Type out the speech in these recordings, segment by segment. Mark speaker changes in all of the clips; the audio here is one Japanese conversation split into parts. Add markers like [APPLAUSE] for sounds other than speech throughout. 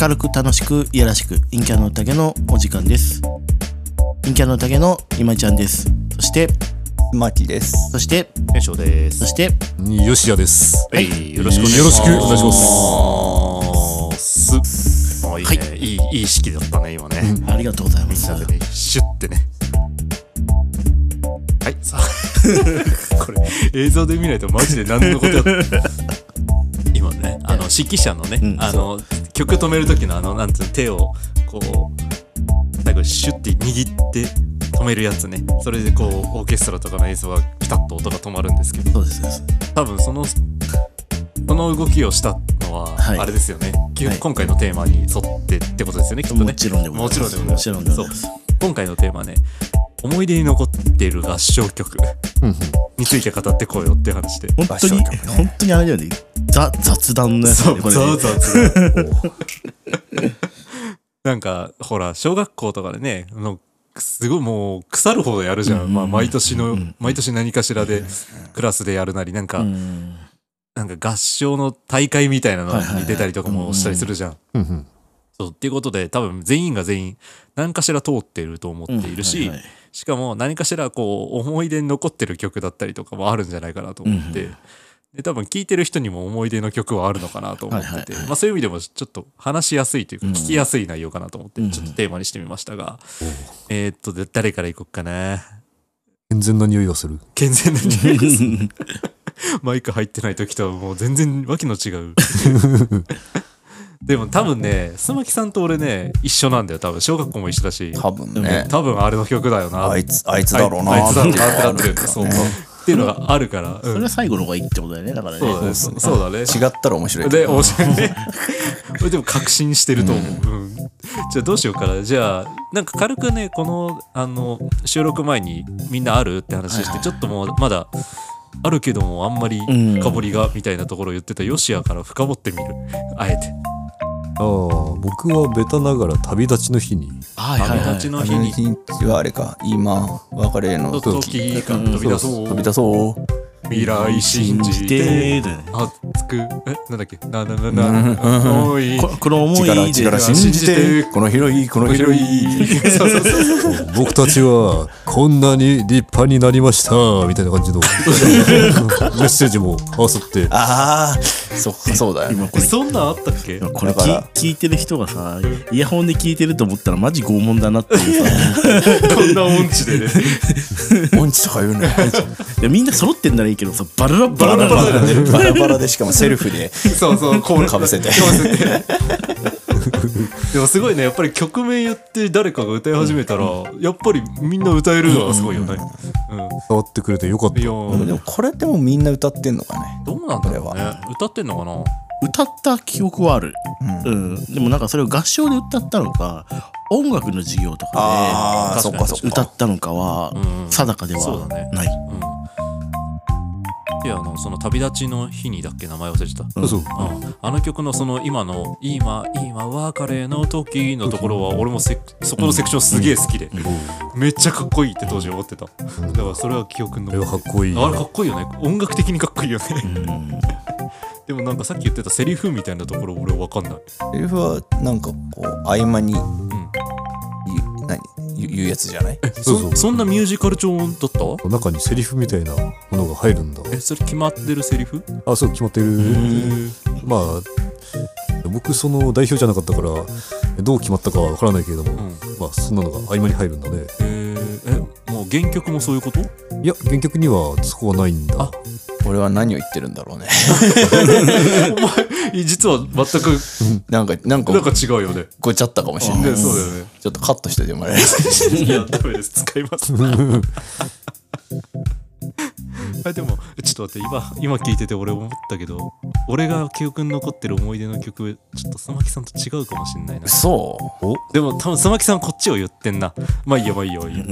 Speaker 1: 明るく楽しくいやらしく陰キャの宴のお時間です陰キャの宴の今井ちゃんですそして
Speaker 2: マキです。
Speaker 1: そして
Speaker 3: テンションです
Speaker 1: そして
Speaker 4: よしやです。
Speaker 3: はい、よろしくお願いします
Speaker 4: よろしくお願いします。
Speaker 3: すあいいね、い、いいい式だったね今ね、みん
Speaker 1: ありがとうございます
Speaker 3: なでねシュッてねはいさあ [LAUGHS] これ映像で見ないとマジで何のことや [LAUGHS] 今ねあの指揮者のね、
Speaker 1: うん
Speaker 3: あの曲止める時のあのなんつうの手をこう最後シュッて握って止めるやつねそれでこうオーケストラとかの映像はピタッと音が止まるんですけど
Speaker 1: そうですそうです
Speaker 3: 多分そのその動きをしたのは
Speaker 1: はい
Speaker 3: あれですよね、き
Speaker 1: はい
Speaker 3: 今回のテーマに沿ってってことですよねきっとね
Speaker 1: もちろんでございます
Speaker 3: もちろんでござい
Speaker 1: も
Speaker 3: ます
Speaker 1: ちろんでございます
Speaker 3: そう今回のテーマはね思い出に残っている合唱曲について語ってこうよっていう話で
Speaker 1: 本当に、
Speaker 2: 場所とかね
Speaker 1: 本当にあれだよねザ雑談のやつだ
Speaker 3: そ
Speaker 1: よ
Speaker 3: う
Speaker 1: ねこ
Speaker 3: そう
Speaker 1: れね
Speaker 3: そうそう [LAUGHS] なんかほら小学校とかでねあのすごいもう腐るほどやるじゃん、まあ、毎年の、毎年何かしらでクラスでやるなりなんか、
Speaker 1: うん
Speaker 3: なんか合唱の大会みたいなの
Speaker 1: はいはいはい
Speaker 3: に出たりとかもしたりするじゃん。そうっていうことで多分全員が全員何かしら通ってると思っているし、
Speaker 1: うんはいはい
Speaker 3: しかも何かしらこう思い出に残ってる曲だったりとかもあるんじゃないかなと思って、で多分聴いてる人にも思い出の曲はあるのかなと思ってて、
Speaker 1: はいはいは
Speaker 3: まあ、そういう意味でもちょっと話しやすいというか聞きやすい内容かなと思ってちょっとテーマにしてみましたが、えーっとで誰からいこうかな
Speaker 4: 健全な匂いがする。
Speaker 3: 健全な理由ですマイク入ってない時とはもう全然わけの違うでも多分ね須磨木さんと俺ね一緒なんだよ多分小学校も一緒だし
Speaker 2: 多分ね。
Speaker 3: 多分あれの曲だよな
Speaker 2: あいつ、あいつだろうな。
Speaker 3: あいあいつだろうなってな
Speaker 2: っ
Speaker 3: って
Speaker 2: てい
Speaker 3: る
Speaker 2: うのがある
Speaker 3: そうそうっていうのがあるから、うん
Speaker 1: それは最後の方がいいってことだよねだからね
Speaker 3: そうだねそうそうだね
Speaker 2: 違ったら面白いけ
Speaker 3: [LAUGHS] で
Speaker 2: ど。
Speaker 3: 面白いねこれでも確信してると思う、うんじゃあどうしようかなじゃあなんか軽くねこのあの収録前にみんなあるって話してちょっともうまだあるけどもあんまり
Speaker 1: ん
Speaker 3: 深掘りがみたいなところを言ってたヨシアから深掘ってみるあえて
Speaker 4: ああ、僕はベタながら旅立ちの日に。
Speaker 1: はいはい
Speaker 3: 旅
Speaker 1: はい
Speaker 3: 立ちの
Speaker 2: あ
Speaker 3: 日
Speaker 2: の
Speaker 3: に
Speaker 2: 日はあれか、今、別れの時。
Speaker 3: 時が飛び出そう
Speaker 2: 飛び出そう。
Speaker 3: 未来信じて熱くえなんだっけなななな思い
Speaker 1: ここの思い
Speaker 2: 力、
Speaker 1: で
Speaker 2: 力信じて。この広い、この広い。
Speaker 3: [LAUGHS] そうそうそう
Speaker 4: 僕たちはこんなに立派になりましたみたいな感
Speaker 3: [LAUGHS]
Speaker 4: じのメッセージも合わさって。
Speaker 2: ああ、そっか、そうだよね。
Speaker 1: 今これ
Speaker 3: そんなんあったっ [LAUGHS] け
Speaker 1: これ
Speaker 2: だから
Speaker 1: 聞聞いてる人がさイヤホンで聞いてると思ったらマジ拷問だなっていうさ
Speaker 3: こんな音痴でね
Speaker 2: 音痴とか言
Speaker 3: [LAUGHS]
Speaker 2: うのよ。
Speaker 1: いやみんな揃ってんならいいけどさバラバラバ
Speaker 2: バラ
Speaker 1: ラバ
Speaker 2: バ
Speaker 1: ラ
Speaker 2: ラで、バラバラで、しかもセルフで。
Speaker 3: そうそう、こう
Speaker 2: かぶせて
Speaker 3: かぶせて。でもすごいね、やっぱり曲名言って誰かが歌い始めたら、やっぱりみんな歌えるのはすごいよね。うん。
Speaker 4: 伝わってくれてよかった。
Speaker 3: いやー
Speaker 2: でも、これってもうみんな歌ってんのかね。
Speaker 3: どうなんだろ
Speaker 2: こ
Speaker 3: う
Speaker 2: れ
Speaker 3: ね。歌ってんのかな
Speaker 1: 歌った記憶はある、うんでもなんかそれを合唱で歌ったのか音楽の授業とか
Speaker 2: ああ、そっ
Speaker 3: 確か
Speaker 2: かそっ
Speaker 3: に
Speaker 2: か。
Speaker 1: で歌ったのかは
Speaker 3: うん
Speaker 1: 定かで
Speaker 3: そうだね
Speaker 1: はない、
Speaker 3: うん。で、あの、その旅立ちの日にだっけ名前忘れてた。
Speaker 4: そうそう。
Speaker 3: うんあの曲のその今の「今今別れの時」のところは俺もセクそこのセクションすげえ好きで、めっちゃかっこいいって当時思ってた、だからそれは記憶の
Speaker 4: あれはかっこいい
Speaker 3: あれかっこいいよね音楽的にかっこいいよね、でもなんかさっき言ってたセリフみたいなところ俺わかんない
Speaker 2: セリフはなんかこう合間に、
Speaker 3: ん
Speaker 2: ゆ何ゆ言うやつじゃない
Speaker 4: そうそう
Speaker 3: そんなミュージカル調だった
Speaker 4: 中にセリフみたいなものが入るんだ。
Speaker 3: えそれ決まってるセリフ
Speaker 4: あ、そう、決まってる。まあ、僕、その代表じゃなかったから、どう決まったかはわからないけれども、まあ、そんなのが合間に入るんだね。
Speaker 3: えーえもう原曲も [LAUGHS] そういうこと
Speaker 4: いや、原曲にはそこはないん [LAUGHS] だ。
Speaker 3: あ
Speaker 2: 俺は何を言ってるんだろうね [LAUGHS]
Speaker 3: え実は全く
Speaker 2: なんかなんか
Speaker 3: なんか違うよね
Speaker 2: ごちゃったかもしれない
Speaker 3: ねそうだよね
Speaker 2: ちょっとカットしてでもらえる
Speaker 3: [LAUGHS] いや、ダメです。使います。あでも、ちょっと待って、今、今聞いてて俺思ったけど、俺が記憶に残ってる思い出の曲、ちょっと須磨木さんと違うかもしんない
Speaker 2: [LAUGHS]
Speaker 3: な。
Speaker 2: そう
Speaker 3: でも、多分須磨木さんこっちを言ってんな。まあいいよ、まあいいよ、いいよ。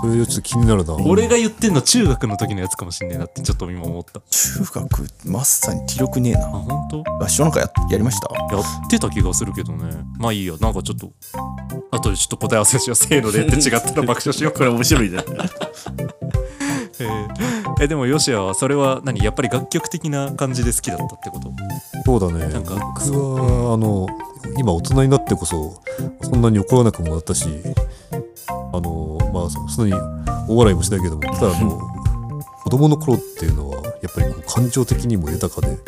Speaker 4: それちょっと気になるな。
Speaker 3: 俺が言ってんの中学の時のやつかもしんないなって、ちょっと今思った。
Speaker 2: 中学まさに記録ねえ
Speaker 3: あ、
Speaker 2: な
Speaker 3: 本当？
Speaker 2: 合唱なんかややりました
Speaker 3: やってた気がするけどね。まあいいよ、なんかちょっと、あとでちょっと答え合わせしよう。せー [LAUGHS] のでって違ったら爆笑し [LAUGHS] よう。
Speaker 1: これ面白いね
Speaker 3: えーえでもヨシアはそれは何やっぱり楽曲的な感じで好きだったってこと
Speaker 4: そうだね
Speaker 3: なんか
Speaker 4: 僕はあの今大人になってこそそんなに怒らなくもなったしあのまあそそんなに大笑いもしないけどもただあの子供の頃っていうのはやっぱりこう感情的にも豊かで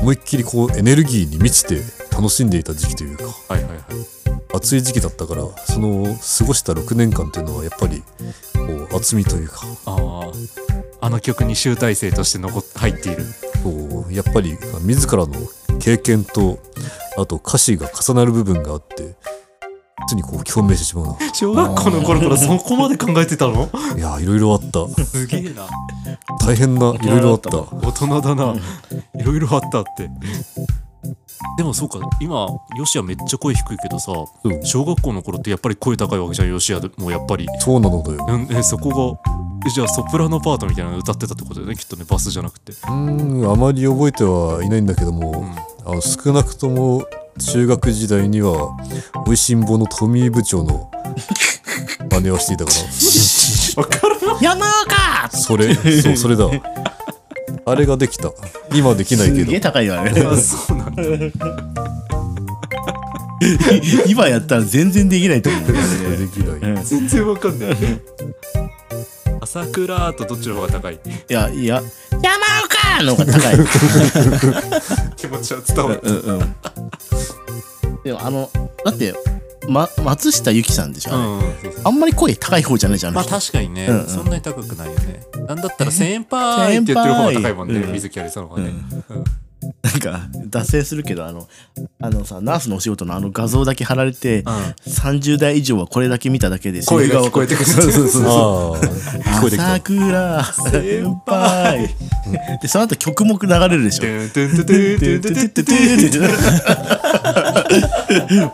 Speaker 4: 思いっきりこうエネルギーに満ちて楽しんでいた時期というか
Speaker 3: はいはいはい
Speaker 4: 暑い時期だったからその過ごした6年間というのはやっぱりこう厚みというか
Speaker 3: あああの曲に集大成として残っ入っている
Speaker 4: こうやっぱり自らの経験とあと歌詞が重なる部分があってつにこう共鳴してしまうな
Speaker 3: 小学校の頃からそこまで考えてたの
Speaker 4: いやーいろいろあった
Speaker 3: [LAUGHS] すげえな
Speaker 4: 大変ないろいろあった
Speaker 3: 大人だないろいろあったってでもそうか今ヨシアめっちゃ声低いけどさ
Speaker 4: そう
Speaker 3: 小学校の頃ってやっぱり声高いわけじゃんヨシアでもやっぱり、
Speaker 4: そうなのだよ
Speaker 3: うんえそこがえじゃあソプラノパートみたいなの歌ってたってことだよねきっとねバスじゃなくて
Speaker 4: うーんあまり覚えてはいないんだけどもあの少なくとも中学時代には「おいしんぼ」のトミー部長の真似はしていたか
Speaker 1: 山岡
Speaker 4: なそ [LAUGHS] れそうそれだあれができた今はできないけ
Speaker 1: すげ
Speaker 4: ど
Speaker 1: え高いわね。
Speaker 3: あそうなんだ
Speaker 1: 今やったら全然できないと思うけどね。
Speaker 4: できない [LAUGHS]
Speaker 3: 全然わかんない朝倉とどっちの方が高い
Speaker 1: いや、いや、山岡の方が高い。
Speaker 3: [LAUGHS] 気持ちは伝わる
Speaker 1: うんうん。でも、あの、だって、ま、松下由紀さんでしょ、あれあんまり声高い方じゃないじゃん。
Speaker 3: まあ
Speaker 1: 人
Speaker 3: 確かにね、
Speaker 1: うんうん
Speaker 3: そんなに高くないよね。なんだったら先輩って言ってる方が高いもんね、
Speaker 1: 先輩
Speaker 3: 水木有りさんの方がね。
Speaker 1: なんか、脱線するけど、あの、あのさ、ナースのお仕事のあの画像だけ貼られて、30代以上はこれだけ見ただけで、
Speaker 3: 声が聞こえてくる。そうそうそう
Speaker 4: ああ聞こえてきた
Speaker 1: 朝倉先輩でその後曲も流れるでしょ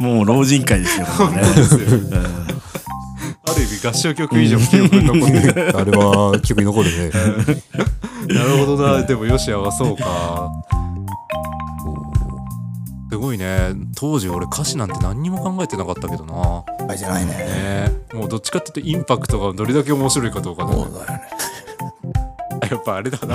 Speaker 1: もう老人会ですよ、これね、
Speaker 3: ある意味合唱曲以上記憶に [LAUGHS] 残ってる。
Speaker 4: あれは結構残るね
Speaker 3: なるほどな、でもよしやはそうか。すごいね当時俺歌詞なんて何にも考えてなかったけどな、
Speaker 2: あれじゃないね。
Speaker 3: ね、もうどっちかっていうとインパクトがどれだけ面白いかどうかだね
Speaker 2: そうだよね。
Speaker 3: やっぱあれだな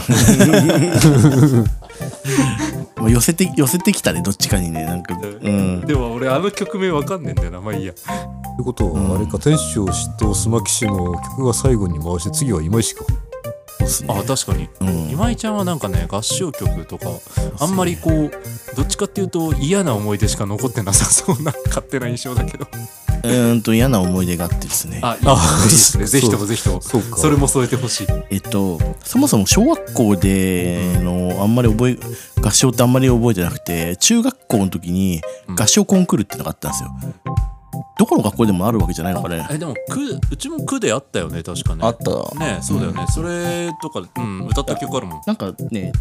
Speaker 1: もう寄せて寄せてきたねどっちかにねなんかうん
Speaker 3: でも俺あの曲名わかんねえんだよなまあいいや
Speaker 4: ってことはあれか天使を嫉妬スマキシの曲が最後に回して次は今石か
Speaker 1: そうっすね
Speaker 3: あ確かに
Speaker 1: うん
Speaker 3: 今井ちゃんはなんかね合唱曲とかあんまりこうどっちかっていうと嫌な思い出しか残ってなさそうな勝手な印象だけど
Speaker 1: うーんと嫌な思い出があってですね
Speaker 3: あい [LAUGHS] いですね
Speaker 4: そ
Speaker 3: ぜ
Speaker 4: う
Speaker 3: ひともぜひとも
Speaker 4: そうか
Speaker 3: それも添えてほしい
Speaker 1: えっとそもそも小学校でのあんまり覚え合唱ってあんまり覚えてなくて中学校の時に合唱コンクールってのがあったんですよどこの学校でもあるわけじゃないのかね
Speaker 3: えでも区うちも区であったよね確かね
Speaker 2: あった。
Speaker 3: ねそうだよね、それとか、うん、歌った曲あるもん
Speaker 1: なんかね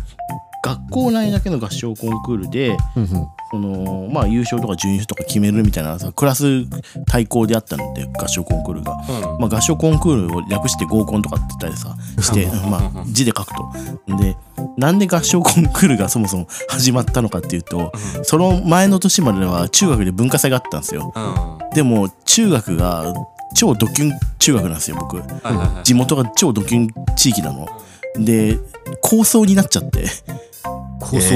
Speaker 1: 学校内だけの合唱コンクールで
Speaker 4: うんうん
Speaker 1: そのまあ優勝とか準優勝とか決めるみたいなクラス対抗であったので合唱コンクールが、
Speaker 3: うん
Speaker 1: まあ、合唱コンクールを略して合コンとかって言ったり [LAUGHS] さして、まあ、字で書くと。でなんで合唱コンクールがそもそも始まったのかっていうとその前の年までは中学で文化祭があったんですよ。
Speaker 3: うんはい
Speaker 1: でも中学が超ドキュン中学なんですよ僕。
Speaker 3: はいはい
Speaker 1: 地元が超ドキュン地域なの。で構想になっちゃって
Speaker 4: 構想、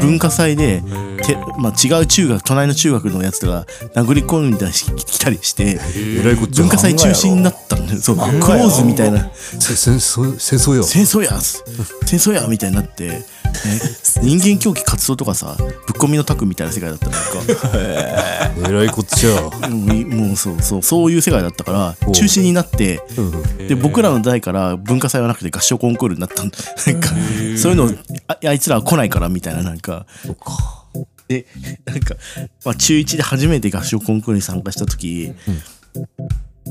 Speaker 1: 文化祭で。
Speaker 3: えー
Speaker 1: てまあ、違う中学隣の中学のやつが殴り込んだりしきたりして
Speaker 4: えらいこっちゃ
Speaker 1: 文化祭中止になったんでそうクロ
Speaker 2: 画やろ
Speaker 1: ーズみたいな
Speaker 4: せ [LAUGHS] 戦争戦争や
Speaker 1: 戦争や戦争やみたいになって、ね、人間狂気活動とかさぶっ込みのタクみたいな世界だったのか
Speaker 4: えらいこっちゃ
Speaker 1: もういもうそうそうそういう世界だったから
Speaker 4: う
Speaker 1: 中止になって
Speaker 4: うんうん
Speaker 1: で僕らの代から文化祭はなくて合唱コンクールになったんなんかそういうのああいつらは来ないからみたいななんかでなんか、まあ、中1で初めて合唱コンクールに参加した時、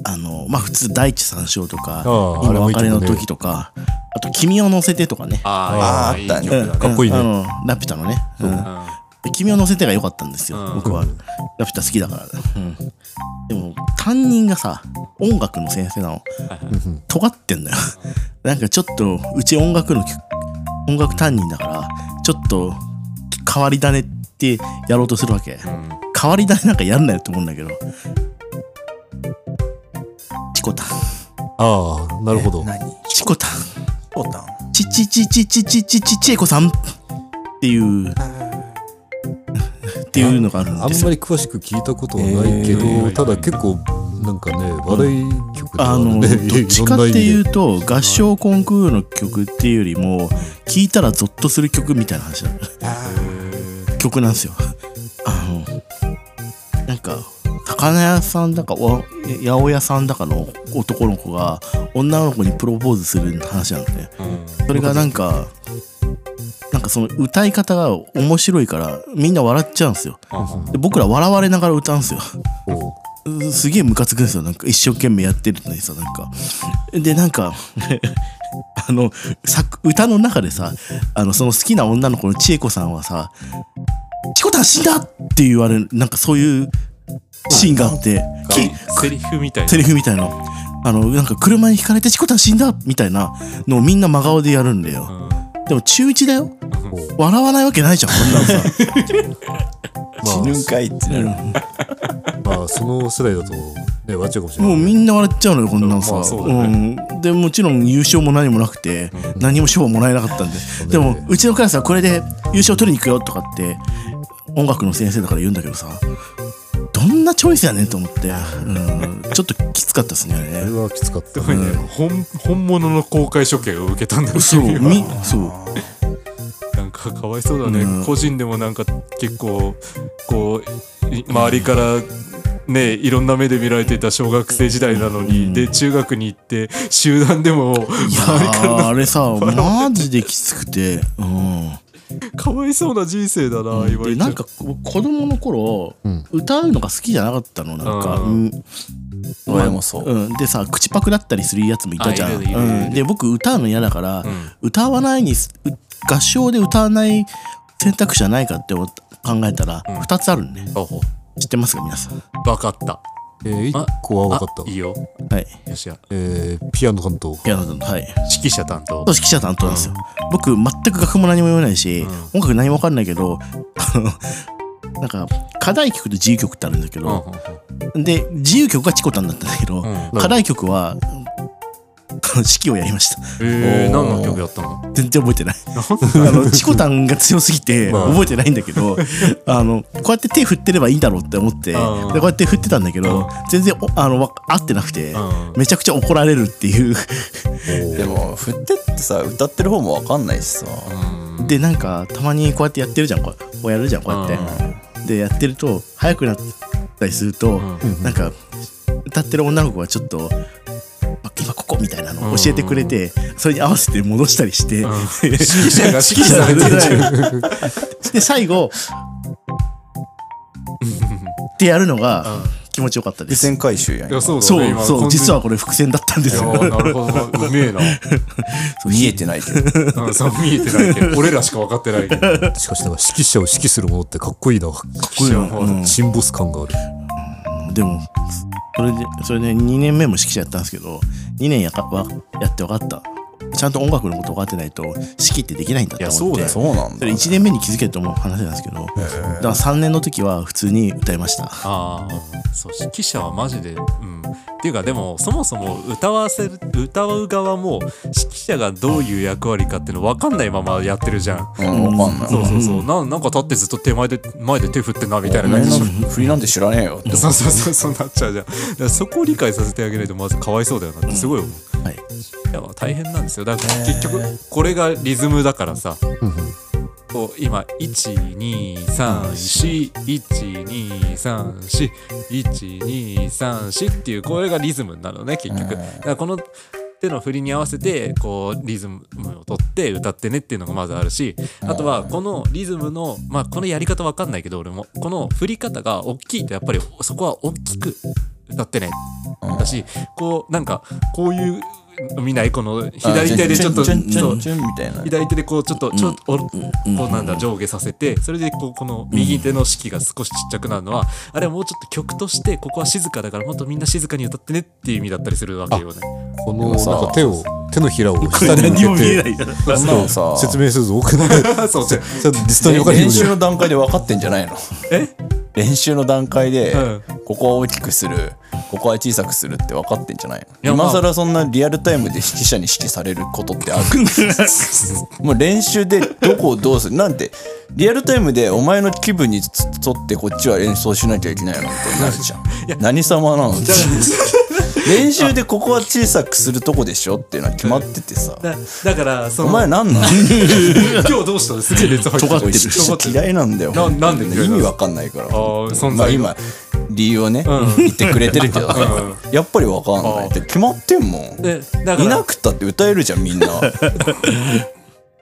Speaker 1: あのまあ普通大地三章とか
Speaker 4: あーあ
Speaker 1: 今
Speaker 4: れもいい
Speaker 1: 別れ
Speaker 4: 曲ね
Speaker 1: の時とかあと「君を乗せて」とかね
Speaker 2: あ
Speaker 3: あー
Speaker 2: ー
Speaker 3: いい
Speaker 2: あったね
Speaker 3: 曲だ
Speaker 4: かっこいいね
Speaker 1: あのラピュタのね、うんで君を乗せてが良かったんですよ、
Speaker 3: うん
Speaker 1: 僕はラピュタ好きだから、うん、でも担任がさ音楽の先生なの尖ってんだよなんかちょっとうち音楽のき音楽担任だからちょっと変わり種ってやろうとするわけ
Speaker 3: うんうん
Speaker 1: 変わり種なんかやんないと思うんだけどチコタン
Speaker 4: ああなるほど
Speaker 2: 何
Speaker 1: チコタン
Speaker 2: ボタン。
Speaker 1: チチチチチチチチチエコさんっていう、っていうのがあるん
Speaker 4: あん
Speaker 1: です
Speaker 4: ま
Speaker 1: よ。
Speaker 4: り詳しく聞いたことはないけど、
Speaker 3: えー
Speaker 4: ただ結構なんかね話題曲では
Speaker 1: あ
Speaker 4: ある [LAUGHS]
Speaker 1: の、
Speaker 4: ね、
Speaker 1: どっちかっていう
Speaker 4: と
Speaker 1: と、合唱コンクールの曲っていうよりも、聴いたらゾッとする曲みたいな話なの曲なんですよ。あの、なんか、魚屋さんだか、お八百屋さんだかの男の子が、女の子にプロポーズする話なのね。それがなんか、なんかその歌い方が面白いから、みんな笑っちゃうんですよ。で僕ら笑われながら歌うんですよ。うんすげえムカつくんですよなんか一生懸命やってるのにさなんかでなんか [LAUGHS] あの作歌の中でさあのその好きな女の子の千恵子さんはさ「チコタン死んだ!」って言われるなんかそういうシーンがあってき
Speaker 3: セリフみたいな
Speaker 1: セリフみたいなあのなんか車にひかれてチコタン死んだみたいなのをみんな真顔でやるんだよでも中1だよ笑わないわけないじゃんこんなのさ
Speaker 2: 死ぬんかいってなる。
Speaker 4: まあその世代だとねわっちゃうかもしれな
Speaker 1: も
Speaker 4: い、
Speaker 1: うみんな笑っちゃうのよこんなのさ、
Speaker 3: まあそうだ
Speaker 1: うん、でもちろん優勝も何もなくて、何も賞もらえなかったんで、でもうちのクラスはこれで優勝取りに行くよとかって音楽の先生だから言うんだけどさどんなチョイスやねんと思って、うん、ちょっときつかったですねあれ
Speaker 4: あれ
Speaker 1: ね
Speaker 4: はきつかった、
Speaker 3: 特にね本本物の公開処刑を受けたんだよ
Speaker 1: そう
Speaker 3: [LAUGHS] 君は
Speaker 1: みそう
Speaker 3: なんかかわいそうだね、
Speaker 1: うん
Speaker 3: 個人でもなんか結構こうい周りからねいろんな目で見られていた小学生時代なのに、で中学に行って集団で
Speaker 1: [LAUGHS]
Speaker 3: も
Speaker 1: いやーあれさマジできつくて、
Speaker 3: [LAUGHS]
Speaker 1: うん、
Speaker 3: かわいそうな人生だな、今
Speaker 1: でなんかこ子供の頃、歌うのが好きじゃなかったのなんか、
Speaker 3: う
Speaker 1: うん
Speaker 2: お前もそう。
Speaker 1: うん、でさ口パクだったりするやつもいたじゃん
Speaker 3: あいるいるいるいる
Speaker 1: うん、で僕歌うの嫌だから、歌わないにすう合唱で歌わない選択肢はないかって思った考えたら
Speaker 3: ん
Speaker 1: 2つあるね、
Speaker 3: 分
Speaker 1: 知ってますか皆さん
Speaker 3: かった
Speaker 4: えー、一個は分かった
Speaker 3: あいいよ
Speaker 1: はい
Speaker 3: よしや
Speaker 4: えー、ピアノ担当
Speaker 1: ピアノさんとはい
Speaker 3: 指揮者担当
Speaker 1: 指揮者担当なんですよ、僕全く楽譜も何も読めないし、音楽何も分かんないけど [LAUGHS] あのなんか課題曲と自由曲ってあるんだけ
Speaker 3: うん
Speaker 1: ど、で自由曲がチコタンだったんだけど、
Speaker 3: うん
Speaker 1: 課題曲は [LAUGHS] あの指揮をやりました
Speaker 3: えー、
Speaker 4: おー
Speaker 3: 何の曲やったの
Speaker 1: 全然覚えてないあのチコタンが強すぎて
Speaker 4: まあ
Speaker 1: 覚えてないんだけど、あのこうやって手振ってればいいんだろうって思ってで
Speaker 3: あ
Speaker 1: こ
Speaker 3: あ
Speaker 1: うやって振ってたんだけど全然おあのわ合ってなくて
Speaker 3: ああ
Speaker 1: めちゃくちゃ怒られるっていう [LAUGHS]
Speaker 2: でも、振ってってさ、歌ってる方もわかんないしさ。
Speaker 1: でなんかたまにこうやってやってるじゃんこうこうやるじゃんこうやってでやってると速くなったりするとなんか歌ってる女の子がちょっと。あ今ここみたいなのを教えてくれてそれに合わせて戻したりして [LAUGHS]
Speaker 3: ん
Speaker 1: 指揮
Speaker 3: 者が指揮者が
Speaker 1: [LAUGHS] で最後ってやるのが気持ちよかったで
Speaker 2: 伏
Speaker 1: す。
Speaker 2: 線回収やん
Speaker 3: い。やそうだ
Speaker 1: そ
Speaker 3: ね
Speaker 1: う
Speaker 3: 今
Speaker 1: そう
Speaker 3: 完全に
Speaker 1: 実はこれ伏線だったんですよ。
Speaker 3: いやなるほどうめえな
Speaker 2: 見えてないけど。
Speaker 3: うんそう見えてないけど俺らしか分かってないけ
Speaker 1: [LAUGHS]
Speaker 3: ど
Speaker 4: しかしなんか指揮者を指揮するものってかっこいいな
Speaker 1: こういうの
Speaker 3: うん
Speaker 1: うん
Speaker 4: シンボス感があ
Speaker 1: [LAUGHS]
Speaker 4: る
Speaker 1: でもそれでそれで2年目も指揮者やったんですけど2年やかわやって分かったちゃんと音楽のこと分かってないと指揮ってできないんだって
Speaker 3: いや
Speaker 1: 思って
Speaker 3: そうだ
Speaker 1: そ
Speaker 2: そ
Speaker 3: よ
Speaker 2: うなんだ
Speaker 1: れ。1年目に気づけと思う話なんですけどだから3年の時は普通に歌いま
Speaker 3: [LAUGHS]
Speaker 1: した。
Speaker 3: ああそう指揮者はマジでうんっていうかでもそもそも歌わせる歌う側も指揮者がどういう役割かっていうの分かんないままやってるじゃん
Speaker 2: うん、わかんない。
Speaker 3: そうそうそうななんか立ってずっと手前で前で手振ってんなみたいな
Speaker 2: 俺
Speaker 3: 感じ
Speaker 2: の
Speaker 3: でしょ
Speaker 2: 振りなんて知らねえよって思う。
Speaker 3: そうそうそうそうなっちゃうじゃんだからそこを理解させてあげないとまずかわいそうだよなってすごい思う
Speaker 1: はい
Speaker 3: いやまあ大変なんですよだから結局これがリズムだからさこう今123412341234っていうこれがリズムになるのね結局だからこの手の振りに合わせてこうリズムを取って歌ってねっていうのがまずあるしあとはこのリズムのまあこのやり方わかんないけど俺もこの振り方が大きいとやっぱりそこは大きく歌ってねだしこうなんかこういう見ないこの左手でちょっと
Speaker 2: チュンチ
Speaker 3: そ
Speaker 2: ュ
Speaker 3: う
Speaker 2: ンチュンチュンみたいな。
Speaker 3: 左手でこうちょっとちょっとおろこうなんだ上下させてそれでこうこの右手の式が少しちっちゃくなるのはあれはもうちょっと曲としてここは静かだからもっとみんな静かに歌ってねっていう意味だったりするわけよね。
Speaker 4: この
Speaker 2: でもさ
Speaker 4: なんか手を手のひらを
Speaker 1: こ
Speaker 4: 下
Speaker 1: れ
Speaker 4: に
Speaker 1: 何も
Speaker 4: 向
Speaker 1: 見えな
Speaker 4: け
Speaker 1: い
Speaker 4: て
Speaker 1: から
Speaker 2: そんなのさ、
Speaker 4: 説明するぞ奥の
Speaker 3: [LAUGHS] そうそう
Speaker 4: 実際に分かるよう
Speaker 2: 練
Speaker 4: に
Speaker 2: 習の段階で分かってんじゃないの
Speaker 3: え
Speaker 2: 練習の段階で
Speaker 3: うん
Speaker 2: ここを大きくするここは小さくするって分かってんじゃない
Speaker 3: や
Speaker 2: の
Speaker 3: まあ
Speaker 2: 今更そんなリアルタイムで指揮者に指揮されることってあ
Speaker 3: [LAUGHS]
Speaker 2: る [LAUGHS] もう練習でどこをどうするなんてリアルタイムでお前の気分に沿ってこっちは演奏しなきゃいけないなんてなる
Speaker 3: [LAUGHS]
Speaker 2: じゃん何様なの [LAUGHS] 練習でここは小さくするとこでしょっていうのは決まってて
Speaker 3: [LAUGHS]
Speaker 2: さ
Speaker 3: だだからそ
Speaker 2: お
Speaker 3: の
Speaker 2: 前何な
Speaker 3: [LAUGHS]
Speaker 2: の
Speaker 3: 今日どうしたのすげえ熱入って
Speaker 1: 尖ってる
Speaker 3: 尖ってる
Speaker 2: 嫌いなんだよ
Speaker 3: ななんで嫌いなの
Speaker 2: 意味わかんないから
Speaker 3: ああ存
Speaker 2: まあ
Speaker 3: 在
Speaker 2: 今理由をね、
Speaker 3: ん
Speaker 2: 言ってくれてるけ
Speaker 3: [LAUGHS]
Speaker 2: どさ、やっぱりわかんないって決まってんもん
Speaker 3: でだから
Speaker 2: いなくたって歌えるじゃんみん
Speaker 3: [LAUGHS]
Speaker 2: な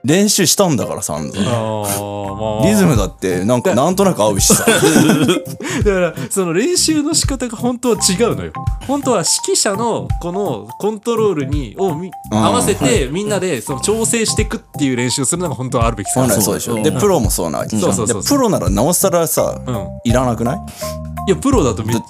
Speaker 2: 練習したんだからさんざん
Speaker 3: あーまあ
Speaker 2: リズムだってなんかなんとなく合う
Speaker 3: [LAUGHS]
Speaker 2: しさ
Speaker 3: だからその練習の仕方が本当は違うのよ本当は指揮者のこのコントロールにをみ
Speaker 2: うん
Speaker 3: 合わせてみんなでその調整していくっていう練習をするのが本当はあるべき
Speaker 2: 本
Speaker 3: 姿
Speaker 2: 来そうでしょ
Speaker 1: そう
Speaker 2: でプロもそうなわけじゃ
Speaker 3: うん
Speaker 2: ん
Speaker 3: そう
Speaker 2: で
Speaker 3: そうそう
Speaker 2: プロならなおさらさ、
Speaker 3: うん
Speaker 2: いらなくない
Speaker 3: いやプロだとみ
Speaker 2: だって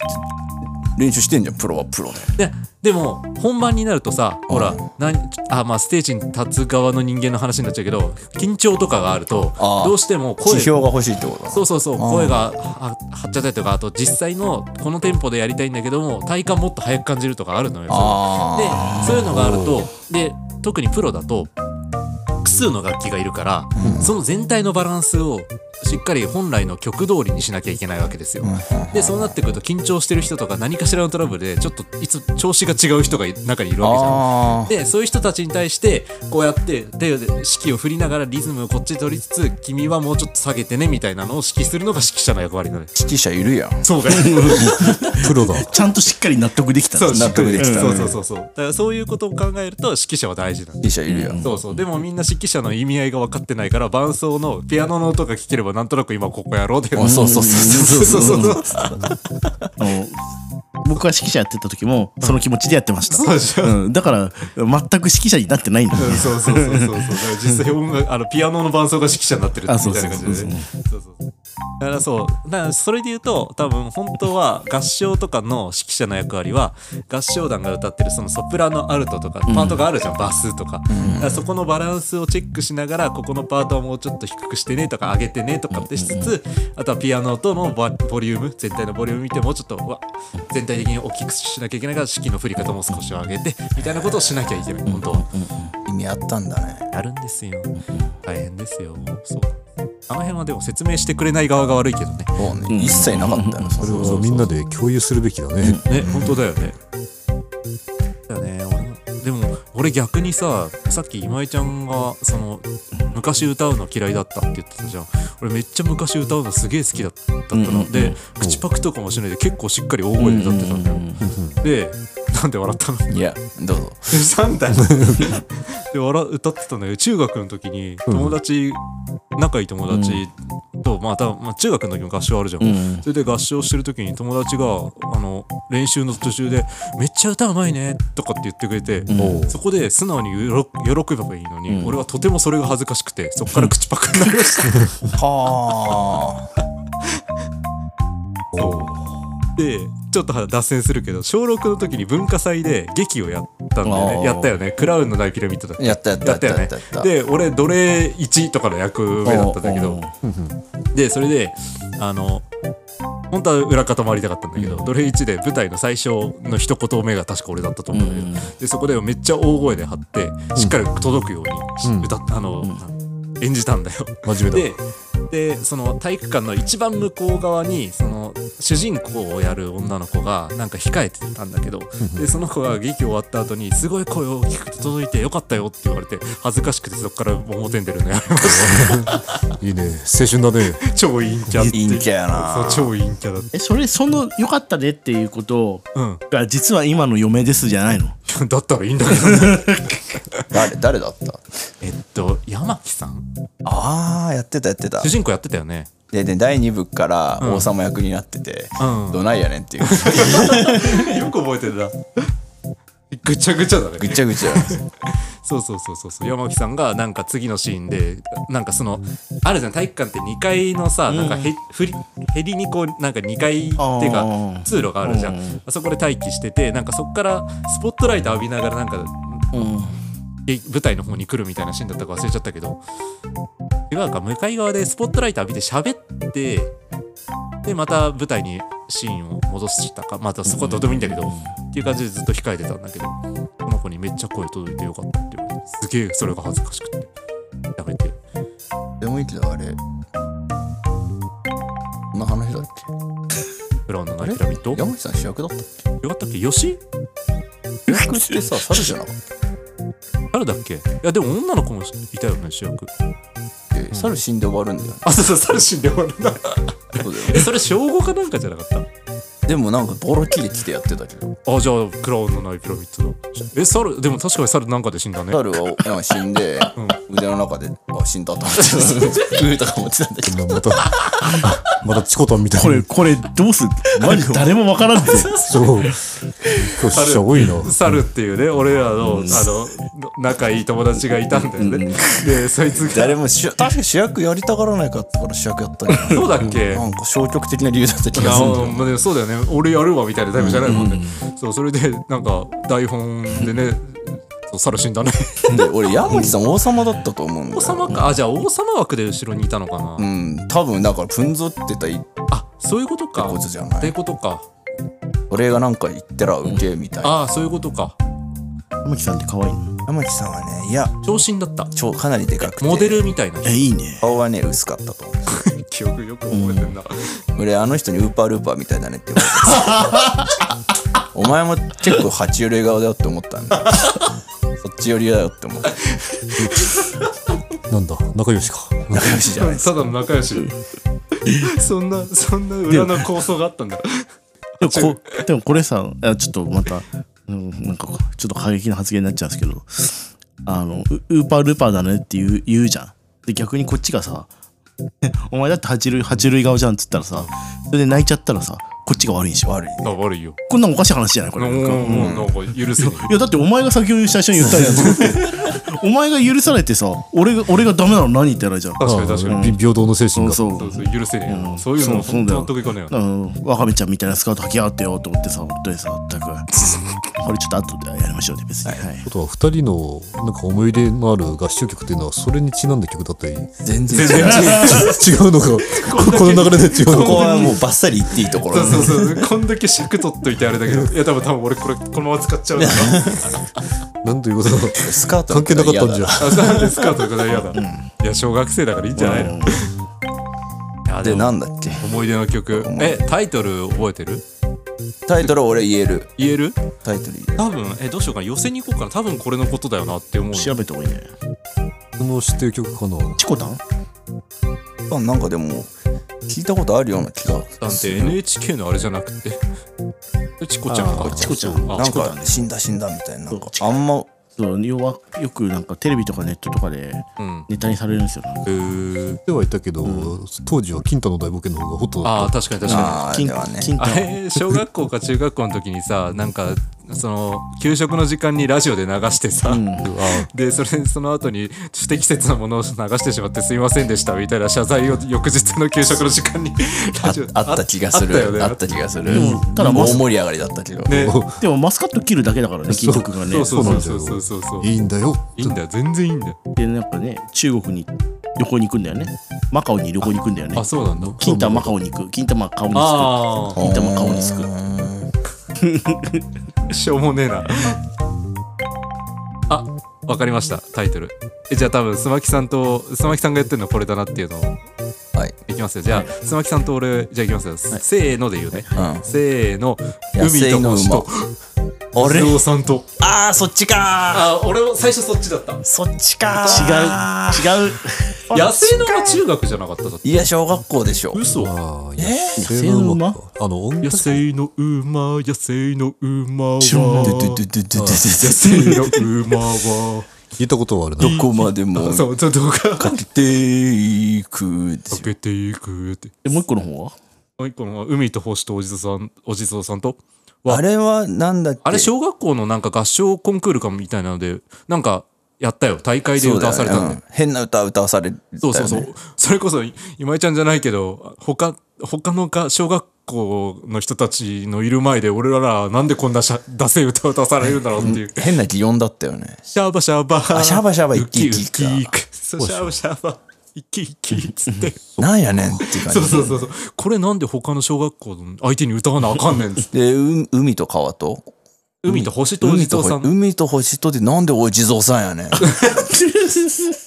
Speaker 2: 練習してんじゃんプロはプロで
Speaker 3: ででも本番になるとさほらなんあまあステージに立つ側の人間の話になっちゃうけど緊張とかがあると
Speaker 2: あー
Speaker 3: どうしても声
Speaker 2: 指標が欲しいってことだ
Speaker 3: そうそうそう声がははっちゃったりとかあと実際のこのテンポでやりたいんだけども体感もっと早く感じるとかあるのよで
Speaker 2: あ
Speaker 3: そういうのがあるとで特にプロだと複数の楽器がいるから、その全体のバランスをしっかり本来の曲通りにしなきゃいけないわけですよ。でそうなってくると緊張してる人とか何かしらのトラブルでちょっといつ調子が違う人が中にいるわけじゃん。
Speaker 2: あ
Speaker 3: でそういう人たちに対してこうやって手で指揮を振りながらリズムをこっち取りつつ君はもうちょっと下げてねみたいなのを指揮するのが指揮者の役割なのよ。
Speaker 2: 指揮者いるやん
Speaker 3: そうだよ
Speaker 4: プロだ。
Speaker 1: ちゃんとしっかり納得できた
Speaker 3: そう
Speaker 2: 納得できた
Speaker 3: そうそうそうそうだからそういうことを考えると指揮者は大事なんだ
Speaker 2: 指揮者いるやん
Speaker 3: そうそうでもみんな指揮者の意味合いが分かってないから伴奏のピアノの音が聞ければなんとなく今ここやろうで
Speaker 2: あそうそうそうそうそうそう
Speaker 1: あの僕が指揮者やってた時もその気持ちでやってました
Speaker 3: そうでしょ
Speaker 1: うん、だから全く指揮者になってないんだよね
Speaker 3: そうそうそうそうそうだから実際音楽あのピアノの伴奏が指揮者になってるみた
Speaker 1: あそ
Speaker 3: いうな
Speaker 1: そう
Speaker 3: 感じ
Speaker 1: そ
Speaker 3: で
Speaker 1: う
Speaker 3: ねそうそうそうだからそうだからそれで言うと多分本当は合唱とかの指揮者の役割は合唱団が歌ってるそのソプラノアルトとかパートがあるじゃん、バスとか,、だからそこのバランスをチェックしながらここのパートをもうちょっと低くしてねとか上げてねとかってしつつ、あとはピアノとのボボリューム全体のボリューム見てもうちょっとうわ全体的に大きくしなきゃいけないから指揮の振り方も少し上げてみたいなことをしなきゃいけない本当は。
Speaker 2: 意味あったんだね
Speaker 3: やるんですよ。大変ですよ。そう。あの辺はでも説明してくれない側が悪いけどね。
Speaker 2: もうね一切なかったよ
Speaker 4: それ
Speaker 2: そ
Speaker 4: はみんなで共有するべきだね。
Speaker 3: ね、本当だよね。だよね。俺もでも俺逆にささっき今井ちゃんがその昔歌うの嫌いだったって言ってたじゃん俺めっちゃ昔歌うのすげえ好きだったの、で口パクとかもしないで結構しっかり大声で歌ってたんだよ、でなんで笑ったの
Speaker 2: いやどう
Speaker 3: [LAUGHS]
Speaker 2: ぞ
Speaker 3: 3代で笑歌ってたんだけど中学の時に友達、仲いい友達と、まあ多分まあ中学の時も合唱あるじゃん、
Speaker 1: うん
Speaker 3: それで合唱してる時に友達があの練習の途中で「めっちゃ歌うまいね」とかって言ってくれて、そこで素直に喜喜べばいいのに、俺はとてもそれが恥ずかしくてそこから口パクになりました。
Speaker 2: はあ
Speaker 3: でちょっと脱線するけど小6の時に文化祭で劇をやったんだよ
Speaker 2: あ
Speaker 3: ね
Speaker 2: ー
Speaker 3: やったよねクラウンの大ピラミッドだっけ
Speaker 2: やったやった
Speaker 3: やったよね
Speaker 2: やったやった
Speaker 3: で俺奴隷1とかの役目だったんだけどでそれであの本当は裏方回りたかったんだけど、奴隷1で舞台の最初の一言目が確か俺だったと思うんだけど、でそこでめっちゃ大声で張ってしっかり届くようにし、
Speaker 4: うん
Speaker 3: 歌っあの、演じたんだよ。
Speaker 4: 真面目だ。
Speaker 3: ででその体育館の一番向こう側にその主人公をやる女の子がなんか控えてたんだけどでその子が劇終わった後に「すごい声を聞くと届いてよかったよ」って言われて恥ずかしくてそこから表に出るのやめまし
Speaker 4: いいね。青春だね。
Speaker 3: た超陰キャって
Speaker 2: 陰キャやな
Speaker 3: そう超陰キャだって
Speaker 1: えそれその良かったねっていうこと
Speaker 3: う
Speaker 1: が実は今の嫁ですじゃないの
Speaker 3: ん [LAUGHS] だったらいいんだけどね
Speaker 2: 誰誰だった
Speaker 3: えっと山木さん
Speaker 2: ああやってたやってた
Speaker 3: 主人公やってたよね
Speaker 2: でで第2部から王様役になってて、
Speaker 3: うん
Speaker 2: どないやねんっていう
Speaker 3: よく覚えてるな [LAUGHS] ぐちゃぐちゃだね
Speaker 2: ぐっちゃぐちゃ
Speaker 3: そうそうそうそうそう山木さんがなんか次のシーンでなんかそのあるじゃん体育館って2階のさ、なんかへふりへりにこうなんか2階っていう
Speaker 1: あ
Speaker 3: か
Speaker 1: ー
Speaker 3: 通路があるじゃん、
Speaker 1: う
Speaker 3: あそこで待機しててなんかそこからスポットライト浴びながらなんかえ舞台の方に来るみたいなシーンだったか忘れちゃったけど違うか向かい側でスポットライト浴びて喋ってでまた舞台にシーンを戻したかまたそこはどうでもいいんだけど、っていう感じでずっと控えてたんだけどこの子にめっちゃ声届いてよかったって言われてすげえそれが恥ずかしくてやめて
Speaker 2: でもいいけどあれこんな話だっけ
Speaker 3: ブラウンの
Speaker 2: あ
Speaker 3: ナ
Speaker 2: れ
Speaker 3: イピラミッドよ
Speaker 2: 山口さん主役だった
Speaker 3: かったっけよし
Speaker 2: 主役ってさ猿じゃなかっ
Speaker 3: 誰だっけいやでも女の子もいたよね主役
Speaker 2: たっけ猿死んで終わるんだよね
Speaker 3: あそうそうサルシンで終わるんだ
Speaker 2: そうだよ
Speaker 3: [LAUGHS] えそれ小5かなんかじゃなかった
Speaker 2: でもなんかボロ切れててやってたけど
Speaker 3: あじゃあクラウンのないピラミッドだえサルでも確かにサルなんかで死んだね
Speaker 2: 猿はなんか死んで、腕の中であ死んだと思 [LAUGHS] って上とか持ってたんだけど
Speaker 4: 今また [LAUGHS] またチコタンみたい
Speaker 1: これ
Speaker 4: な
Speaker 1: これどうす
Speaker 3: [LAUGHS]
Speaker 1: るマジ誰もわからんぜ
Speaker 4: そう今日死者多いな
Speaker 3: サルっていうね俺らの,、あの仲いい友達がいたんだよね、でそいつが
Speaker 2: 誰も主確か主役やりたがらないかったから主役やったんだよね
Speaker 3: そうだっけ
Speaker 2: なんか消極的な理由だった気が
Speaker 3: あ
Speaker 2: するんだよ
Speaker 3: ーまあでもそうだよね俺やるわみたいなタイプじゃないもんね、そうそれでなんか台本で [LAUGHS] ねそう猿死んだね
Speaker 2: で俺山口さん王様だったと思うんだ
Speaker 3: 王
Speaker 2: よ
Speaker 3: 様かあじゃあ王様枠で後ろにいたのかな、
Speaker 2: うん多分だからふんぞってたい
Speaker 3: あそういうことか
Speaker 2: ってことじゃない
Speaker 3: ってことか
Speaker 2: 俺がなんか言ったらウケみたいな
Speaker 3: ああそういうことか
Speaker 1: 玉木さんって可愛いの
Speaker 2: 山口さんはねいや
Speaker 3: 長身だった
Speaker 2: 超かなりでかくて
Speaker 3: モデルみたいな
Speaker 1: えいいね
Speaker 2: 顔はね薄かったと思
Speaker 3: [LAUGHS] 記憶よく覚えてん [LAUGHS] な、
Speaker 2: う俺あの人にウーパールーパーみたいだねって言われたお前も結構爬虫類顔だよって思ったん
Speaker 3: [LAUGHS]
Speaker 2: だそっち寄りだよって思った
Speaker 4: なんだ仲良しか
Speaker 2: 仲良しじゃないです
Speaker 3: ただの仲良 [LAUGHS] しそんなそんな裏の構想があったんだ
Speaker 1: でもこでもこれさあちょっとまた、うん、なんかちょっと過激な発言になっちゃうんですけどあのウウーパールーパーだねって言う言うじゃんで逆にこっちがさ [LAUGHS] お前だって爬虫類爬虫類顔じゃんっつったらさそれで泣いちゃったらさこっちが悪いんでしょ
Speaker 2: 悪い
Speaker 3: あ悪いよ
Speaker 1: こんなんおかしい話じゃないこれなんかうん
Speaker 3: もうなんか許せない
Speaker 1: いやだってお前が先に最初に言った [LAUGHS] んやつお前が許されてさ俺が俺がダメなの何言ってやられじゃん
Speaker 3: 確かに確かに
Speaker 4: び平等の精
Speaker 1: そ
Speaker 4: 神
Speaker 1: う
Speaker 4: が
Speaker 1: そう
Speaker 3: そうそう許せねえな、
Speaker 1: うん
Speaker 3: そういうの
Speaker 1: そうそう
Speaker 3: 本
Speaker 1: だよ
Speaker 3: 当に得意かねえよ
Speaker 1: うん、わかめちゃんみたいなスカート履きやがってよと思ってさ、本当にさ、全 [LAUGHS] く。これちょっと後でやりましょうね、別に。はい。
Speaker 4: あとは2人のなんか思い入れのある合唱曲っていうのはそれにちなんだ曲だ
Speaker 2: [LAUGHS]
Speaker 4: ったり違う
Speaker 2: 全然違う
Speaker 4: のが
Speaker 2: [LAUGHS]
Speaker 4: ここの流れで違う
Speaker 2: こ
Speaker 4: の
Speaker 2: こ
Speaker 4: か
Speaker 2: はもうバッサリ言っていいところ
Speaker 3: そうそうそうこんだけ尺取っといてあれだけ [LAUGHS] どいや多分多分俺これこのまま使っちゃうな
Speaker 4: なんということだ
Speaker 2: スカート
Speaker 4: 関係なかったんじゃ
Speaker 3: あそうなんですかとか嫌だいや小学生だからいいんじゃない
Speaker 1: う
Speaker 3: の、
Speaker 1: ん
Speaker 3: いや
Speaker 2: で
Speaker 3: でも
Speaker 2: なんだっけ
Speaker 3: 思い出の曲えタイトル覚えてる
Speaker 2: タイトルは俺言える
Speaker 3: 言える
Speaker 2: タイトル言える
Speaker 3: 多分えどうしようかな寄せに行こうかな多分これのことだよなって思う
Speaker 1: 調べた方がいいね。
Speaker 4: この指定曲かな
Speaker 1: チコタン
Speaker 2: あなんかでも聞いたことあるような気が
Speaker 3: なんて NHK のあれじゃなくてチコちゃん
Speaker 1: あ
Speaker 3: か
Speaker 1: チコちゃん
Speaker 3: あ
Speaker 2: なん
Speaker 3: チコ
Speaker 2: か死んだ死んだみたいななんか
Speaker 1: そう
Speaker 2: あんま
Speaker 1: そう、要は、よくなんかテレビとかネットとかで
Speaker 3: うん
Speaker 1: ネタにされるんですよ。なんか
Speaker 3: えー
Speaker 4: ではいたけど、当時は金太の大冒険の方がホットだ
Speaker 3: あ
Speaker 4: っ
Speaker 3: ー確かに確かに
Speaker 2: ああ
Speaker 1: 金
Speaker 2: ではね
Speaker 1: 金
Speaker 3: あ
Speaker 1: 太郎。
Speaker 3: れ小学校か中学校の時にさなんかその給食の時間にラジオで流してさ、でそれその後に不適切なものを流してしまってすいませんでしたみたいな謝罪を翌日の給食の時間にラ
Speaker 2: あ
Speaker 3: ジオ
Speaker 2: あった気がす
Speaker 3: あったよね
Speaker 2: るあった気がする
Speaker 1: もただ
Speaker 2: もう大盛り上がりだったけど
Speaker 3: ね
Speaker 1: でもマスカット切るだけだからね、金属がね。
Speaker 3: [LAUGHS] そうそう
Speaker 4: そう
Speaker 3: そ
Speaker 4: な
Speaker 3: うんそ
Speaker 4: だよ
Speaker 3: うそうそうそう
Speaker 4: たいいんだよ
Speaker 3: いいんだよ全然いいんだよ
Speaker 1: で、なんかね、中国に旅行に行くんだよね。マカオに旅行に行くんだよね
Speaker 3: あ。そうなんだ
Speaker 1: 金太マカオに行く。金太マカオに行
Speaker 3: あ
Speaker 1: く。金太マカオに行く。
Speaker 3: あしょうもねえなあわかりましたタイトルえじゃあ多分須磨木さんと須磨木さんがやってるのこれだなっていうのを
Speaker 2: はい
Speaker 3: いきますよ。じゃあ、須磨木さんと俺、じゃあいきますよ。せーので言うね。
Speaker 2: うん
Speaker 3: せーの、
Speaker 2: 野
Speaker 3: 海
Speaker 2: 生
Speaker 3: と
Speaker 2: の
Speaker 3: 星
Speaker 2: 馬
Speaker 3: と、
Speaker 2: あれ
Speaker 3: 伊さんと。
Speaker 2: あーそっちか
Speaker 3: あ、俺も最初そっちだった。
Speaker 2: ーそっちかー
Speaker 1: 違う。違う。
Speaker 3: 野生の馬中学じゃなかっただって。
Speaker 2: いや小学校でしょ
Speaker 3: 嘘
Speaker 4: ああ
Speaker 2: え
Speaker 4: 野生の馬かあの音
Speaker 3: 野
Speaker 4: 楽
Speaker 3: 生の馬、野生の馬は。
Speaker 2: ドゥドゥド
Speaker 3: 野
Speaker 2: ゥドゥドゥドゥド
Speaker 3: 生
Speaker 2: ゥ
Speaker 3: の馬は。
Speaker 4: 聞いたことはあるな
Speaker 2: どこまでも
Speaker 3: [LAUGHS] そう、ちょっとか。
Speaker 2: かけていくで
Speaker 3: 溶
Speaker 2: すよ
Speaker 3: けていくって。
Speaker 1: でもう一個の方は
Speaker 3: もう一個の、海と星とお地蔵さん、お地蔵さんと。わ
Speaker 2: あれはなんだっけ
Speaker 3: あれ、小学校のなんか合唱コンクールかみたいなので、なんか、やったよ。大会で
Speaker 2: そう
Speaker 3: 歌
Speaker 2: だよ
Speaker 3: わされたんだよ
Speaker 2: ねうん変な歌歌わされたよね
Speaker 3: そうそうそう。それこそ、い今井ちゃんじゃないけど、他、他のが小学校の人たちのいる前で、俺らはなんでこんなしゃ出せ歌を出されるんだろうっていう。
Speaker 2: 変な擬音だったよね
Speaker 3: シャーバシャーバー。
Speaker 2: シャバシャバ
Speaker 3: ウキウ
Speaker 2: イッキイッキ
Speaker 3: キ。そうシャーバシャーバいけいけっつって。
Speaker 2: なんやねんっていう感じ
Speaker 3: [LAUGHS] そうそうそうそう。これなんで他の小学校の相手に歌わなあかんねんっつって。
Speaker 2: でう海と川と
Speaker 3: 海と星とお地蔵さん。
Speaker 2: 海と星とでなんでお地蔵さんや
Speaker 3: [LAUGHS]
Speaker 2: ねん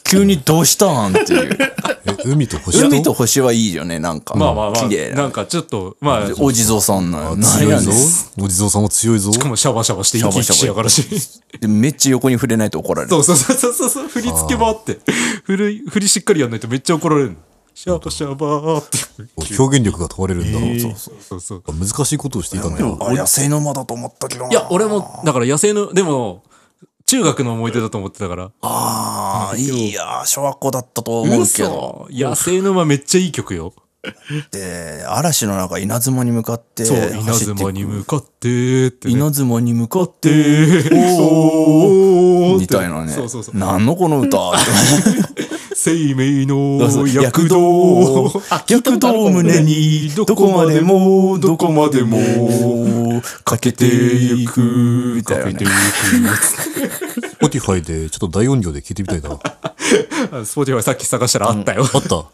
Speaker 2: 急にどうしたんっていう
Speaker 4: え海と星と
Speaker 2: 海と星はいいよねなんか
Speaker 3: まあまあまあ、
Speaker 2: 綺麗な
Speaker 3: なんかちょっと、まあ、し
Speaker 2: お地蔵さんなのなん
Speaker 4: 強
Speaker 2: や
Speaker 4: い
Speaker 2: ね
Speaker 4: ぞ
Speaker 2: ん
Speaker 4: お地蔵さんは強いぞ
Speaker 3: かもシャバシャバして生き生きしやがらし。
Speaker 2: でめっちゃ横に触れないと怒られる
Speaker 3: そうそうそうそうそう、振り付けばって。振り、振りしっかりやんないとめっちゃ怒られるの。シャバシャバーって。
Speaker 4: 表現力が問われるんだ、
Speaker 2: そうそう
Speaker 3: そうそう。
Speaker 4: 難しいことをしていたんだ
Speaker 2: あれは性能魔だと思ったけど
Speaker 3: いや、俺も、だから野生の、でも、中学の思い出だと思ってたから。
Speaker 2: ああいやー小学校だったと思うけど
Speaker 3: 嘘野生の馬めっちゃいい曲よ。
Speaker 2: で嵐の中稲妻に向かって
Speaker 3: そう、
Speaker 2: 走
Speaker 3: 稲
Speaker 2: って
Speaker 3: 妻に向かってって、ね。
Speaker 2: 稲妻に向かって
Speaker 3: おー
Speaker 2: みたいなね
Speaker 3: そうそうそう。
Speaker 2: 何のこの歌って
Speaker 3: 生命の
Speaker 2: そうそう
Speaker 3: 躍動。 [LAUGHS]
Speaker 2: 躍動を胸にどこまでもどこまでもかけていくみたいな、
Speaker 3: かけて
Speaker 2: ね
Speaker 3: い、
Speaker 4: Spotify でちょっと大音量で聞いてみたいなあっ
Speaker 3: く。スポティファイさっき探したらあったよ。 [LAUGHS]
Speaker 4: たよ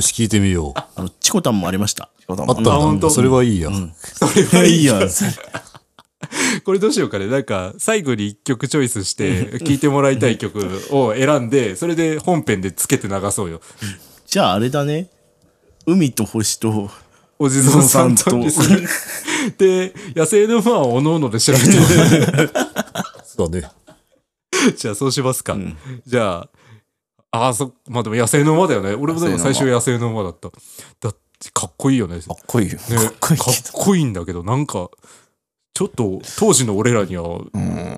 Speaker 4: し聞いてみようあ
Speaker 1: あの、チコタンもありました。
Speaker 4: ったん
Speaker 3: あ本
Speaker 4: だ
Speaker 3: 当
Speaker 4: それはいいや、
Speaker 1: いや、いいや。
Speaker 3: これどうしようかね。なんか、最後に一曲チョイスして、聴いてもらいたい曲を選んで、それで本編でつけて流そうよ。
Speaker 1: じゃああれだね。海と星と、
Speaker 3: お地蔵さん
Speaker 1: お
Speaker 3: と
Speaker 1: 地蔵 [LAUGHS] さん。
Speaker 3: で、野生のファンをおのおので調べて。
Speaker 4: そうだね
Speaker 3: [LAUGHS] じゃあ、そうしますか。じゃあ、ああ、そ、まあでも野生の馬だよね。俺もでも最初野生の馬だった。だって、かっこいいよね。
Speaker 2: かっこいいよ、
Speaker 3: ね
Speaker 2: かっこいい
Speaker 3: かっ
Speaker 2: けど
Speaker 3: こいいんだけどなんかちょっと当時の俺らには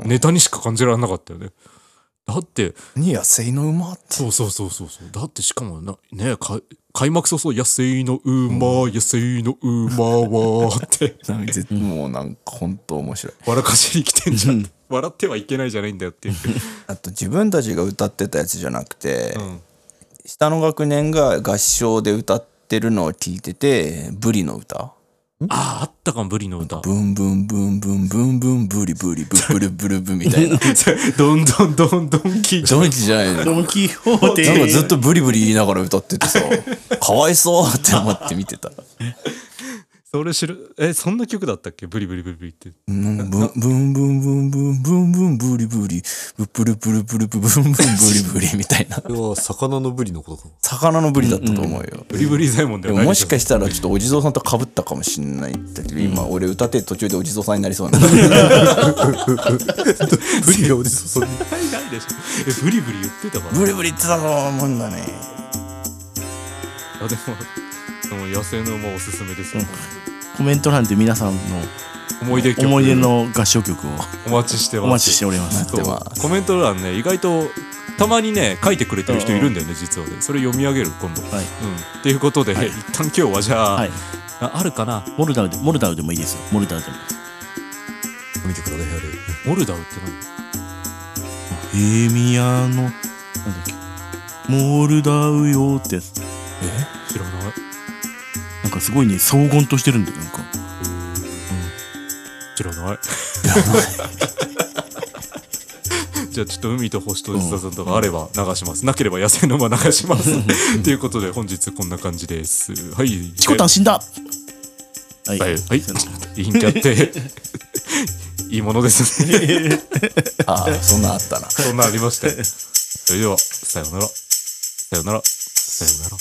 Speaker 3: ネタにしか感じられなかったよねだって
Speaker 2: 何野生の馬って
Speaker 3: そうそうそうそうそうだってしかもなねか開幕早々「野生の馬野生の馬は」って [LAUGHS]
Speaker 2: なんか絶もうなんか本当面白い
Speaker 3: 笑かしに来てんじゃん笑ってはいけないじゃないんだよっていう
Speaker 2: あと自分たちが歌ってたやつじゃなくて、
Speaker 3: ん
Speaker 2: 下の学年が合唱で歌ってるのを聞いててブリの歌
Speaker 3: あああったかもブリの歌
Speaker 2: ブンブンブンブンブンブンブリブリブブルブルブみた [LAUGHS] いな
Speaker 3: [LAUGHS] どんどんどんどん聞いて
Speaker 2: ジョンキじゃないの
Speaker 1: ドン・キホーテ。
Speaker 2: なんかずっとブリブリ言いながら歌っててさ、かわいそうって思って見てた。
Speaker 3: それ知るえそんな曲だったっけブリブリブリブリって
Speaker 2: うんブンブンブンブンブンブンブンブリブリ、ブプルプルプルプブンブンブリブリみたいな。
Speaker 4: これは魚のブリのことか
Speaker 2: 魚のブリだったと思うよ。
Speaker 3: ブリブリザイモン
Speaker 2: で
Speaker 3: では
Speaker 2: も
Speaker 3: ない
Speaker 2: も
Speaker 3: でし
Speaker 2: し
Speaker 3: ょ
Speaker 2: かしたらちょっとお地蔵さんとかぶったかもしんないんだけど今俺歌ってる途中でお地蔵さんになりそうなんだ
Speaker 4: ブリがお地蔵さんに
Speaker 3: ないでしょえブリブリ言ってたわ
Speaker 2: [LAUGHS] ブリブリ言ってたと思うんだね
Speaker 3: あでもでも野生の馬おすすめですよ、
Speaker 1: コメント欄で皆さんの
Speaker 3: 思い出曲
Speaker 1: 思い出の合唱曲を
Speaker 3: お待ちしてます
Speaker 1: お待ちしております。
Speaker 3: そう
Speaker 2: 待ってます
Speaker 3: コメント欄ね意外とたまにね書いてくれてる人いるんだよね実はねそれ読み上げる今度、
Speaker 1: はい。
Speaker 3: うん、っていうことで、一旦今日はじゃあ、
Speaker 1: はい。
Speaker 3: ああるかな
Speaker 1: モルダウで、モルダウでもいいですよ。モルダウでも。
Speaker 4: 見てくだね
Speaker 3: モルダウって何
Speaker 1: ヘミヤの、なんだっけ。モルダウよってやつ、
Speaker 3: 知らない
Speaker 1: なんかすごいね、荘厳としてるんだよ、なんか。
Speaker 3: 知らない [LAUGHS] じゃあちょっと海と星と地蔵さんとかあれば流します、なければ野生の馬流しますということで本日こんな感じですはい
Speaker 1: チコタン死んだはい。
Speaker 3: はい、はい、陰キャ [LAUGHS] って、いいものですね。 [LAUGHS]
Speaker 2: ああそんなんあったな
Speaker 3: そんなありまして。それでは、さようなら。さようなら。さようなら。